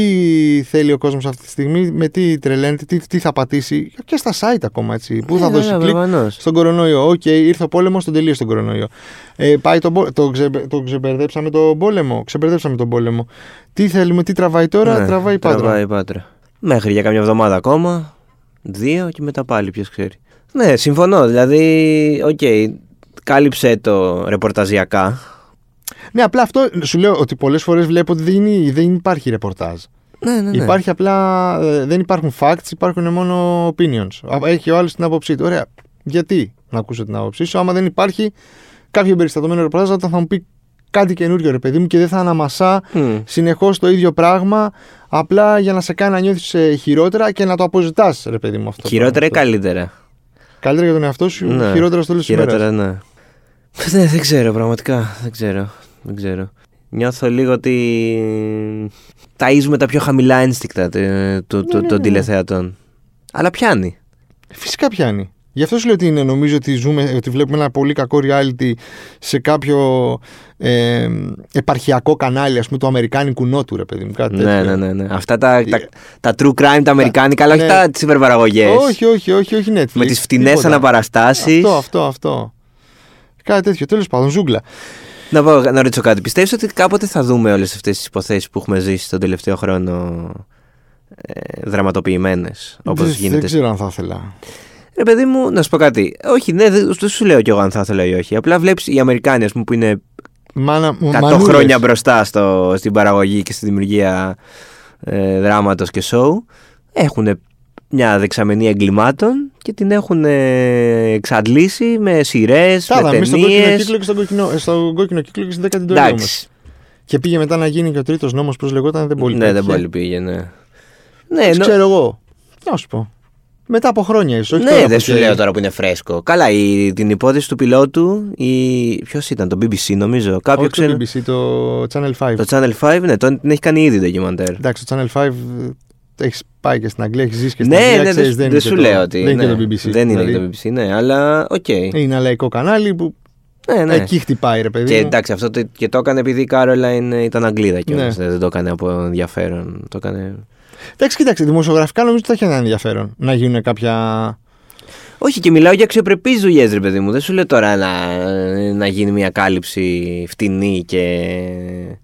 Speaker 2: θέλει ο κόσμος αυτή τη στιγμή, με τι τρελαίνεται, τι, τι θα πατήσει. Και στα site ακόμα έτσι. Πού θα
Speaker 3: Ναι,
Speaker 2: δώσει
Speaker 3: βέβαια,
Speaker 2: κλικ.
Speaker 3: προφανώς.
Speaker 2: Στον κορονοϊό. Οκ, ήρθε ο πόλεμος, τον τελείωσε τον κορονοϊό. Ε, πάει το, μπο- το, ξε, το ξεμπερδέψαμε τον πόλεμο. Ξεμπερδέψαμε τον πόλεμο. Τι θέλουμε, τι τραβάει τώρα,
Speaker 3: Ναι,
Speaker 2: τραβάει πάντα.
Speaker 3: η Πάτρα. Μέχρι για καμιά εβδομάδα ακόμα. Δύο και μετά πάλι, ποιος ξέρει. Ναι, συμφωνώ. Δηλαδή, οκ, κάλυψε το ρεπορταζιακά.
Speaker 2: Ναι, απλά αυτό σου λέω ότι πολλές φορές βλέπω ότι δεν, είναι- δεν υπάρχει ρεπορτάζ.
Speaker 3: Ναι, ναι, ναι.
Speaker 2: Υπάρχει απλά. ε, Δεν υπάρχουν facts, υπάρχουν μόνο opinions. Α, Έχει ο άλλος την άποψή του. Ωραία. Γιατί να ακούσω την άποψή σου, άμα δεν υπάρχει κάποιο εμπεριστατωμένο ρεπορτάζ, όταν θα μου πει κάτι καινούριο ρε παιδί μου και δεν θα αναμασά
Speaker 3: Μμ.
Speaker 2: συνεχώς το ίδιο πράγμα, απλά για να σε κάνει να νιώθεις χειρότερα και να το αποζητάς, ρε παιδί μου αυτό.
Speaker 3: Χειρότερα ή
Speaker 2: Αυτό.
Speaker 3: καλύτερα.
Speaker 2: Καλύτερα για τον εαυτό σου,
Speaker 3: Ναι.
Speaker 2: χειρότερα στο τέλο τη ημέρα.
Speaker 3: Χειρότερα, ναι. Ναι, δεν ξέρω, πραγματικά. Δεν ξέρω. Δεν ξέρω. Νιώθω λίγο ότι ταΐζουμε τα πιο χαμηλά ένστικτα τε- του-
Speaker 2: Ναι,
Speaker 3: του- των τηλεθεατών. Αλλά πιάνει.
Speaker 2: Ε, Φυσικά πιάνει. Γι' αυτό σου λέω ότι είναι. Νομίζω ότι, ζούμε, ότι βλέπουμε ένα πολύ κακό reality σε κάποιο ε, επαρχιακό κανάλι, ας πούμε, του Αμερικάνικου Νότου, ρε παιδί μου. Κάτι
Speaker 3: Ναι,
Speaker 2: τέτοιο. Ε,
Speaker 3: ναι, ναι, ναι. Αυτά τα, τα, τα true crime, τα αμερικάνικα, αλλά όχι
Speaker 2: ναι.
Speaker 3: τα τι υπερπαραγωγέ.
Speaker 2: Όχι, όχι, όχι, όχι Netflix.
Speaker 3: Με τις φτηνές
Speaker 2: τίποτα.
Speaker 3: αναπαραστάσεις.
Speaker 2: Αυτό, αυτό, αυτό. Κάτι τέτοιο. Τέλος πάντων, ζούγκλα.
Speaker 3: Να, πω, να ρωτήσω κάτι. Πιστεύεις ότι κάποτε θα δούμε όλες αυτές τις υποθέσεις που έχουμε ζήσει τον τελευταίο χρόνο ε, δραματοποιημένες, όπως
Speaker 2: δεν, δεν
Speaker 3: γίνεται.
Speaker 2: ξέρω αν θα ήθελα.
Speaker 3: Ρε παιδί μου, να σου πω κάτι. Όχι, ναι, δεν δεν σου λέω κι εγώ αν θα ήθελα ή όχι. Απλά βλέπεις οι Αμερικάνοι, ας πούμε, που είναι
Speaker 2: 100
Speaker 3: 100 χρόνια μπροστά στο, στην παραγωγή και στη δημιουργία ε, δράματος και σοου έχουν μια δεξαμενή εγκλημάτων και την έχουν ε, εξαντλήσει με σειρές,
Speaker 2: Τα
Speaker 3: με
Speaker 2: είδαμε στον κόκκινο
Speaker 3: ταινίες
Speaker 2: κύκλο και στον κόκκινο, ε, στον κόκκινο κύκλο και στην δέκατη τωρία όμως.
Speaker 3: Εντάξει.
Speaker 2: Και πήγε μετά να γίνει και ο τρίτος νόμος, πώς λεγόταν, δεν πολύ.
Speaker 3: Ναι, δεν
Speaker 2: πέτυχε.
Speaker 3: πολύ πήγε, ναι. Ναι,
Speaker 2: Τις
Speaker 3: νο-
Speaker 2: ξέρω εγώ. Τι να σου πω. Μετά από χρόνια ίσως.
Speaker 3: ναι δεν σου λέω τώρα που είναι φρέσκο. Καλά, η, την υπόθεση του πιλότου, η... ποιος ήταν, το BBC νομίζω. Κάποιο
Speaker 2: Όχι
Speaker 3: ξένο.
Speaker 2: το BBC, το Channel 5.
Speaker 3: Το Channel 5, ναι, τον, την έχει κάνει ήδη ντοκιμαντέρ.
Speaker 2: Εντάξει, το Channel 5 έχεις πάει και στην Αγγλία, έχεις ζήσει και στην
Speaker 3: ναι,
Speaker 2: Αγγλία.
Speaker 3: ναι,
Speaker 2: ξέρεις, δεν
Speaker 3: δεν, δεν
Speaker 2: είναι
Speaker 3: σου
Speaker 2: και το-
Speaker 3: λέω ότι.
Speaker 2: Δεν είναι
Speaker 3: ναι,
Speaker 2: και το BBC.
Speaker 3: Δεν είναι
Speaker 2: δηλαδή.
Speaker 3: και το BBC, ναι, αλλά οκ.
Speaker 2: Είναι ένα λαϊκό κανάλι που
Speaker 3: Ναι, ναι.
Speaker 2: Εκεί χτυπάει, ρε παιδί.
Speaker 3: Και
Speaker 2: μου.
Speaker 3: εντάξει, αυτό το, και το έκανε επειδή η Κάρολαϊν ήταν Αγγλίδα κιόλας. ε,
Speaker 2: Ναι.
Speaker 3: Δεν το έκανε από ενδιαφέρον. Το έκανε...
Speaker 2: Εντάξει, κοιτάξτε, δημοσιογραφικά νομίζω ότι θα έχει ένα ενδιαφέρον να γίνουν κάποια.
Speaker 3: Όχι, και μιλάω για αξιοπρεπείς δουλειές, ρε παιδί μου. Δεν σου λέω τώρα να, ε, να γίνει μια κάλυψη φτηνή και ε,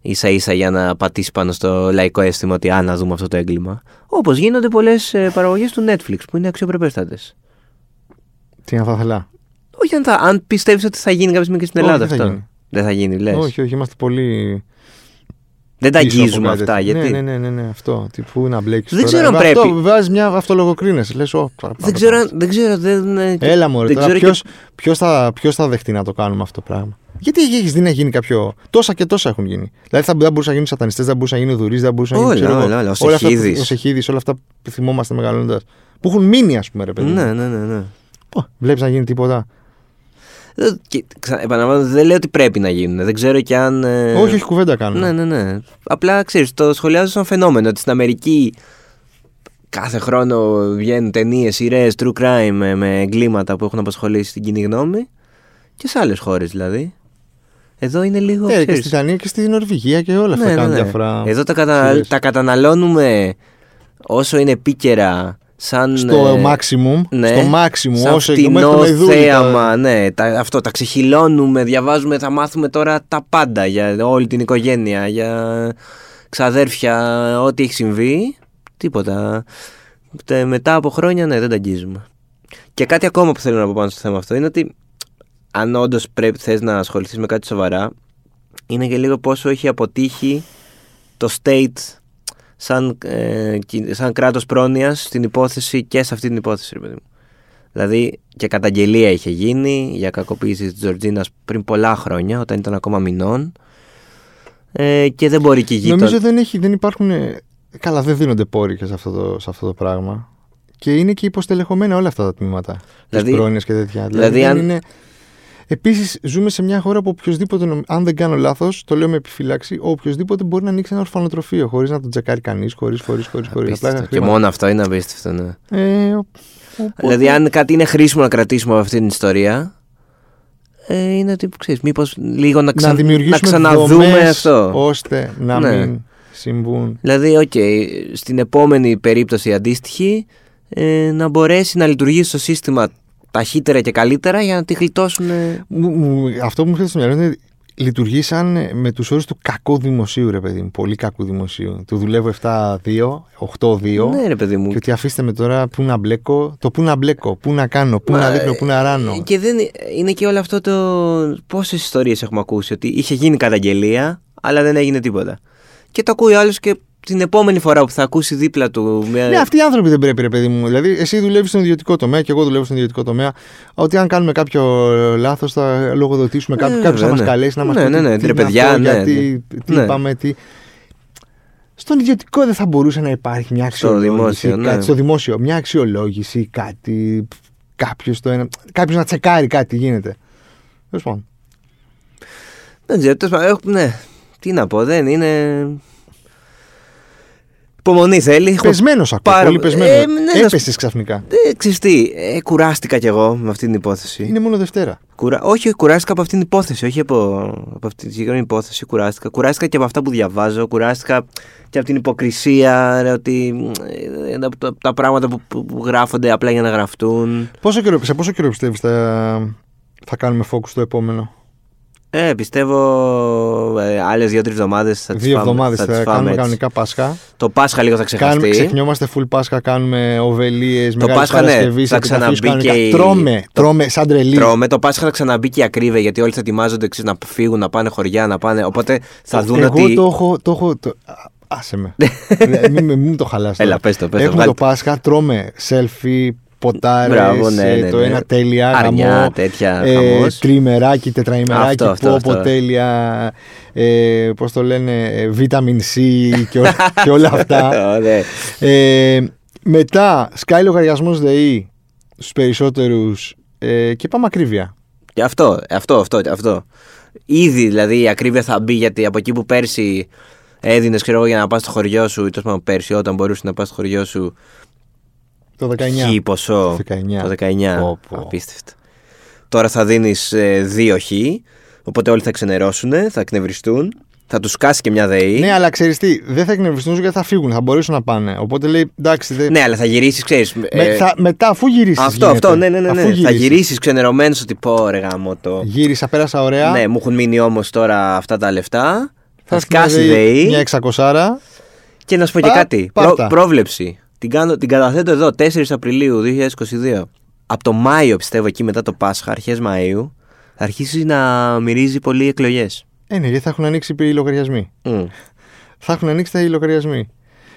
Speaker 3: ίσα ίσα για να πατήσει πάνω στο λαϊκό αίσθημα ότι α, να δούμε αυτό το έγκλημα. Όπως γίνονται πολλές παραγωγές του Netflix που είναι αξιοπρεπέστατες.
Speaker 2: Τι να θα ήθελα.
Speaker 3: Όχι, αν, θα- αν πιστεύεις ότι θα γίνει κάποια στιγμή και στην
Speaker 2: Όχι,
Speaker 3: Ελλάδα
Speaker 2: δεν θα
Speaker 3: αυτό.
Speaker 2: γίνει.
Speaker 3: Δεν θα γίνει, λες.
Speaker 2: Όχι, όχι, είμαστε πολύ.
Speaker 3: Δεν τα
Speaker 2: πίσω από
Speaker 3: αγγίζουμε
Speaker 2: κάτι
Speaker 3: αυτά.
Speaker 2: τέτοιο.
Speaker 3: γιατί...
Speaker 2: Ναι, ναι, ναι, ναι, ναι αυτό. Τι πού να μπλέξεις.
Speaker 3: Δεν ξέρω αν πρέπει.
Speaker 2: Αυτό βάζεις μια αυτολογοκρίνεση. Λε, ο. τώρα πάμε,
Speaker 3: Δεν ξέρω,
Speaker 2: πάμε.
Speaker 3: αν- δεν ξέρω, δεν... ε, και-
Speaker 2: Έλα μου,
Speaker 3: δεν
Speaker 2: τώρα
Speaker 3: ξέρω
Speaker 2: ποιος
Speaker 3: και-
Speaker 2: ποιος θα, ποιος θα δεχτεί να το κάνουμε αυτό το πράγμα. Γιατί έχεις δει να γίνει κάποιο. Τόσα και τόσα έχουν γίνει. Δηλαδή θα, δεν μπορούσαν να γίνουν σατανιστές, δεν μπορούσαν να γίνουν δουρείς, δεν μπορούσαν να γίνουν.
Speaker 3: Όλα,
Speaker 2: ξέρω εγώ,
Speaker 3: όλα, όλα. Ο
Speaker 2: αυτά που-
Speaker 3: Σεχίδης.
Speaker 2: Ο Σεχίδης, όλα αυτά που θυμόμαστε μεγαλώντα. Που έχουν μείνει, ας πούμε, ρε παιδί.
Speaker 3: Ναι, ναι, ναι, ναι.
Speaker 2: Βλέπεις να γίνει τίποτα.
Speaker 3: Ε, Και, ξα- επαναλαμβάνω, δεν λέω ότι πρέπει να γίνουν. Δεν ξέρω και αν. ε,
Speaker 2: όχι, όχι, κουβέντα κάνουμε.
Speaker 3: Ναι, ναι, ναι. Απλά ξέρεις, το σχολιάζω σαν φαινόμενο ότι στην Αμερική κάθε χρόνο βγαίνουν ταινίες, σειρές, true crime με, με εγκλήματα που έχουν απασχολήσει την κοινή γνώμη και σε άλλες χώρες δηλαδή. Εδώ είναι λίγο.
Speaker 2: Ε, και
Speaker 3: ναι, ξέρεις,
Speaker 2: στη Δανία και στη Νορβηγία και όλα αυτά
Speaker 3: ναι, ναι,
Speaker 2: κάνουν
Speaker 3: ναι.
Speaker 2: διάφορα.
Speaker 3: Εδώ τα, κατα...
Speaker 2: σειρές.
Speaker 3: τα καταναλώνουμε όσο είναι επίκαιρα. Σαν,
Speaker 2: στο
Speaker 3: ε,
Speaker 2: maximum,
Speaker 3: ναι.
Speaker 2: στο maximum,
Speaker 3: Σαν
Speaker 2: όσο
Speaker 3: φτηνό
Speaker 2: μέχρι το μεδούλι, τα-
Speaker 3: θέαμα, ναι. Τα, αυτό, τα ξεχυλώνουμε, διαβάζουμε, θα μάθουμε τώρα τα πάντα για όλη την οικογένεια, για ξαδέρφια, ό,τι έχει συμβεί. Τίποτα. Τε- μετά από χρόνια, ναι, δεν τα αγγίζουμε. Και κάτι ακόμα που θέλω να πω πάνω στο θέμα αυτό είναι ότι αν όντως πρέπει θες να ασχοληθείς με κάτι σοβαρά, είναι και λίγο πόσο έχει αποτύχει το state σαν, ε, κι- σαν κράτος πρόνοιας στην υπόθεση και σε αυτή την υπόθεση, ρε παιδί μου. Δηλαδή και καταγγελία είχε γίνει για κακοποίηση της Τζορτζίνας πριν πολλά χρόνια, όταν ήταν ακόμα μηνών. Ε, και δεν μπορεί και η γείτονα.
Speaker 2: Νομίζω δεν, έχει, δεν υπάρχουν. ε, Καλά, δεν δίνονται πόροι και σε αυτό το, σε αυτό το πράγμα. Και είναι και υποστελεχωμένα όλα αυτά τα τμήματα. Δηλαδή,
Speaker 3: Δηλαδή-
Speaker 2: τις πρόνοιες και τέτοια.
Speaker 3: δηλαδή
Speaker 2: δεν
Speaker 3: αν-
Speaker 2: είναι... Επίσης, ζούμε σε μια χώρα που οποιοδήποτε, νομ- αν δεν κάνω λάθος, το λέω με επιφυλάξη, οποιοδήποτε μπορεί να ανοίξει ένα ορφανοτροφείο χωρίς να τον τσακάρει κανείς, χωρίς, χωρίς, χωρίς.
Speaker 3: Απίστευτο. Και μόνο αυτό είναι απίστευτο, ναι.
Speaker 2: Ε, ο- οπότε-
Speaker 3: Δηλαδή, αν κάτι είναι χρήσιμο να κρατήσουμε από αυτή την ιστορία, ε, είναι ότι ξέρεις, μήπως λίγο να, ξα...
Speaker 2: να δημιουργήσουμε
Speaker 3: ξαναδούμε
Speaker 2: δομές
Speaker 3: αυτό.
Speaker 2: ώστε να
Speaker 3: Ναι.
Speaker 2: μην συμβούν.
Speaker 3: Δηλαδή, οκ, στην επόμενη περίπτωση αντίστοιχη, ε, να μπορέσει να λειτουργήσει το σύστημα ταχύτερα και καλύτερα για να τη γλιτώσουν. ε.
Speaker 2: Μου- μου- αυτό που μου έρχεται στο μυαλό είναι ότι λειτουργεί σαν ε, με τους όρους του κακού δημοσίου, ρε παιδί μου. Πολύ κακού δημοσίου. Του δουλεύω 7-2, 8-2.
Speaker 3: Ναι, ρε παιδί μου.
Speaker 2: Και ότι αφήστε με τώρα πού να μπλέκω, το πού να μπλέκω, πού να κάνω, πού
Speaker 3: Μα, ε,
Speaker 2: να δείχνω, πού να ράνω.
Speaker 3: Και δεν, είναι και όλο αυτό το. Πόσες ιστορίες έχουμε ακούσει ότι είχε γίνει καταγγελία, αλλά δεν έγινε τίποτα. Και το ακούει ο άλλος και την επόμενη φορά που θα ακούσει δίπλα του. Μια...
Speaker 2: Ναι, αυτοί οι άνθρωποι δεν πρέπει, ρε παιδί μου. Δηλαδή, εσύ δουλεύεις στον ιδιωτικό τομέα και εγώ δουλεύω στον ιδιωτικό τομέα. Ότι αν κάνουμε κάποιο λάθος, θα λογοδοτήσουμε
Speaker 3: Ε,
Speaker 2: κάποιο. κάποιο θα
Speaker 3: βέβαια,
Speaker 2: μας
Speaker 3: ναι.
Speaker 2: καλέσει να μας
Speaker 3: Ναι,
Speaker 2: πει.
Speaker 3: ναι,
Speaker 2: τι-
Speaker 3: ναι,
Speaker 2: τι
Speaker 3: ρε
Speaker 2: είναι
Speaker 3: παιδιά,
Speaker 2: αυτό,
Speaker 3: ναι,
Speaker 2: γιατί, τι
Speaker 3: ναι.
Speaker 2: είπαμε, τι. Στον ιδιωτικό δεν θα μπορούσε να υπάρχει μια
Speaker 3: Στο
Speaker 2: αξιολόγηση.
Speaker 3: δημόσιο,
Speaker 2: κάτι,
Speaker 3: ναι.
Speaker 2: στο δημόσιο, μια αξιολόγηση, κάτι. Κάποιος να τσεκάρει κάτι γίνεται. Τέλος πάντων.
Speaker 3: Δεν ξέρω, τέλος πάντων, έχω- ναι. Τι να πω, δεν είναι. Υπομονής θέλει. Έχω-
Speaker 2: Πεσμένος ακούω.
Speaker 3: πάρα-
Speaker 2: Πολύ πεσμένος.
Speaker 3: Ε, ναι, να σου-
Speaker 2: Έπεσες ξαφνικά.
Speaker 3: Ε, ξέρεις τι, ε, κουράστηκα κι εγώ με αυτή την υπόθεση.
Speaker 2: Είναι μόνο Δευτέρα.
Speaker 3: Κουρα... Όχι, κουράστηκα από αυτή την υπόθεση, όχι από, από αυτή τη συγκεκριμένη υπόθεση. Κουράστηκα. Κουράστηκα και από αυτά που διαβάζω, κουράστηκα και από την υποκρισία, ρε, ότι ε, από τα, από τα πράγματα που, που, που γράφονται απλά για να γραφτούν.
Speaker 2: Πόσο καιρό, σε πόσο καιρό πιστεύεις θα, θα κάνουμε focus το επόμενο.
Speaker 3: Ε, πιστεύω ε, άλλες δύο-τρει εβδομάδες θα τις
Speaker 2: Δύο
Speaker 3: φάμε-
Speaker 2: εβδομάδες θα,
Speaker 3: τις φάμε
Speaker 2: κάνουμε
Speaker 3: έτσι.
Speaker 2: κανονικά Πάσχα.
Speaker 3: Το Πάσχα λίγο θα ξεχαστεί.
Speaker 2: Κάνουμε, ξεχνιόμαστε full Πάσχα, κάνουμε οβελίες, μεγάλες
Speaker 3: Πάσχα, ναι,
Speaker 2: Παρασκευής,
Speaker 3: θα ξαναμπεί και η-
Speaker 2: Τρώμε,
Speaker 3: το-
Speaker 2: τρώμε σαν τρελή.
Speaker 3: Τρώμε το Πάσχα θα ξαναμπεί και η ακρίβεια γιατί όλοι θα ετοιμάζονται ξέρεις, να φύγουν, να πάνε χωριά, να πάνε. Οπότε θα δουν
Speaker 2: Ε, Εγώ
Speaker 3: ότι.
Speaker 2: το έχω. Το έχω το... α, Άσε με. Δε- μην, μην, μην το χαλάσει.
Speaker 3: Έλα, πες το, πες το,
Speaker 2: Έχουμε
Speaker 3: βγάλε
Speaker 2: το
Speaker 3: το.
Speaker 2: Πάσχα, τρώμε selfie, ποτάρες,
Speaker 3: Μπράβο, ναι,
Speaker 2: ε,
Speaker 3: ναι,
Speaker 2: το
Speaker 3: ναι.
Speaker 2: ένα τέλεια,
Speaker 3: Αρνιά,
Speaker 2: γαμό,
Speaker 3: τέτοια,
Speaker 2: ε,
Speaker 3: χαμός.
Speaker 2: τριμεράκι, τετραημεράκι,
Speaker 3: Αυτό, αυτό,
Speaker 2: πόπο,
Speaker 3: αυτό.
Speaker 2: τέλεια, ε, πώς το λένε, ε, vitamin C και, όλα, και όλα αυτά.
Speaker 3: Ωραία.
Speaker 2: Ε, μετά, σκάει λογαριασμός ΔΕΗ στους περισσότερους ε, και πάμε ακρίβεια.
Speaker 3: Και Ε, αυτό, αυτό, αυτό, αυτό. Ήδη δηλαδή η ακρίβεια θα μπει γιατί από εκεί που πέρσι έδινες ξέρω εγώ, για να πας στο χωριό σου, ή τέλο πάντων πέρσι όταν μπορούσες να πας στο χωριό σου,
Speaker 2: Το 19.
Speaker 3: χι ποσό.
Speaker 2: Το 19.
Speaker 3: Το 19.
Speaker 2: Πω, πω.
Speaker 3: Απίστευτο. Τώρα θα δίνεις δύο χ. Οπότε όλοι θα ξενερώσουν, θα εκνευριστούν. Θα τους κάσει και μια ΔΕΗ.
Speaker 2: Ναι, αλλά ξέρεις τι, δεν θα εκνευριστούν σου γιατί θα φύγουν, θα μπορέσουν να πάνε. Οπότε λέει εντάξει. δεν-
Speaker 3: Ναι, αλλά θα γυρίσεις, ξέρεις.
Speaker 2: Με- θα- μετά, αφού γυρίσεις.
Speaker 3: Αυτό, αυτό, ναι, ναι, ναι. ναι. Θα γυρίσεις ξενερωμένος ότι πω ρε γάμο το.
Speaker 2: Γύρισα, πέρασα ωραία.
Speaker 3: Ναι, μου έχουν μείνει όμως τώρα αυτά τα λεφτά. Θα
Speaker 2: έρθει
Speaker 3: σκάσει η
Speaker 2: μια
Speaker 3: ΔΕΗ.
Speaker 2: Μια εξακοσάρα.
Speaker 3: Και να σου πω και
Speaker 2: Πα-
Speaker 3: κάτι.
Speaker 2: πάρ'
Speaker 3: Προ-
Speaker 2: τα.
Speaker 3: πρόβλεψη. Την, κάνω, την καταθέτω εδώ, 4 Απριλίου 2022. Από το Μάιο, πιστεύω, εκεί μετά το Πάσχα, αρχές Μαΐου, θα αρχίσει να μυρίζει πολύ εκλογές.
Speaker 2: Ε, ναι, γιατί θα έχουν ανοίξει οι λογαριασμοί. Θα έχουν ανοίξει τα λογαριασμοί.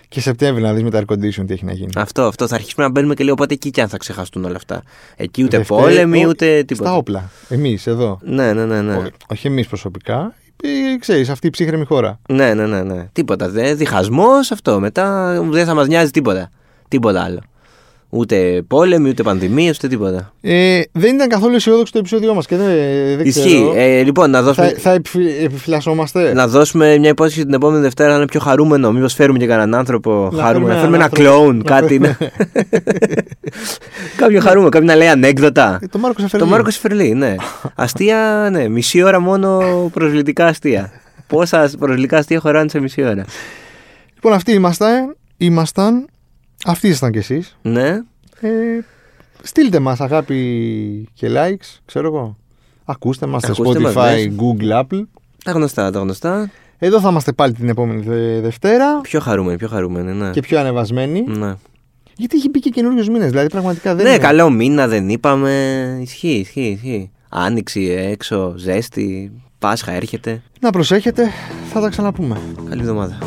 Speaker 2: Και Σεπτέμβρη να δεις με τα air condition τι έχει να γίνει.
Speaker 3: Αυτό, αυτό. Θα αρχίσουμε να μπαίνουμε και λίγο. Οπότε εκεί και αν θα ξεχαστούν όλα αυτά. Εκεί ούτε
Speaker 2: Δεν φταίει
Speaker 3: πόλεμοι,
Speaker 2: ο-
Speaker 3: ούτε τίποτα.
Speaker 2: Στα όπλα. Εμείς εδώ.
Speaker 3: Ναι, ναι, ναι. ναι.
Speaker 2: Ό- όχι εμείς προσωπικά. Ε, Ξέρεις, αυτή η ψύχρεμη χώρα.
Speaker 3: Ναι, ναι, ναι, ναι. Τίποτα. Δε, διχασμός, αυτό. Μετά δεν θα μας νοιάζει τίποτα. Τίποτα άλλο. Ούτε πόλεμοι, ούτε πανδημίες, ούτε τίποτα.
Speaker 2: Ε, δεν ήταν καθόλου αισιόδοξο το επεισόδιό μας και δεν, δεν
Speaker 3: Ισχύει.
Speaker 2: ξέρω.
Speaker 3: Ε, λοιπόν, να δώσουμε,
Speaker 2: θα, θα επιφυ- επιφυλασσόμαστε.
Speaker 3: να δώσουμε μια υπόσχεση την επόμενη Δευτέρα να είναι πιο χαρούμενο. Μήπως φέρουμε και κανέναν άνθρωπο
Speaker 2: Να
Speaker 3: χαρούμενο. Να
Speaker 2: φέρουμε
Speaker 3: φέρουμε ένα
Speaker 2: έναν
Speaker 3: κλόουν,
Speaker 2: άνθρωπο.
Speaker 3: κάτι.
Speaker 2: Να
Speaker 3: να- κάποιο χαρούμενο, κάποιο να λέει ανέκδοτα.
Speaker 2: Ε, το Μάρκος Σεφερλί.
Speaker 3: Το Μάρκος Σφερλί, ναι. αστεία, ναι. Μισή ώρα μόνο προσβλητικά αστεία. Πόσα προσβλητικά αστεία χωράνε σε μισή ώρα.
Speaker 2: Λοιπόν, αυτοί ήμασταν. ήμασταν αυτοί ήσασταν κι εσείς.
Speaker 3: Ναι.
Speaker 2: Ε, στείλτε μας αγάπη και likes, ξέρω εγώ. Ακούστε μας στα
Speaker 3: Ακούστε
Speaker 2: Spotify,
Speaker 3: μας, ναι.
Speaker 2: Google, Apple.
Speaker 3: Τα γνωστά, τα γνωστά.
Speaker 2: Εδώ θα είμαστε πάλι την επόμενη δε- Δευτέρα
Speaker 3: Πιο χαρούμενοι, πιο χαρούμενοι, ναι.
Speaker 2: και πιο ανεβασμένοι.
Speaker 3: Ναι,
Speaker 2: Γιατί έχει μπει και καινούριο μήνες, δηλαδή πραγματικά δεν
Speaker 3: ναι
Speaker 2: είναι-
Speaker 3: καλό μήνα δεν είπαμε. Ισχύει, ισχύει, ισχύει. Άνοιξη έξω, ζέστη, Πάσχα έρχεται.
Speaker 2: Να προσέχετε, θα τα ξαναπούμε.
Speaker 3: Καλή εβδομάδα.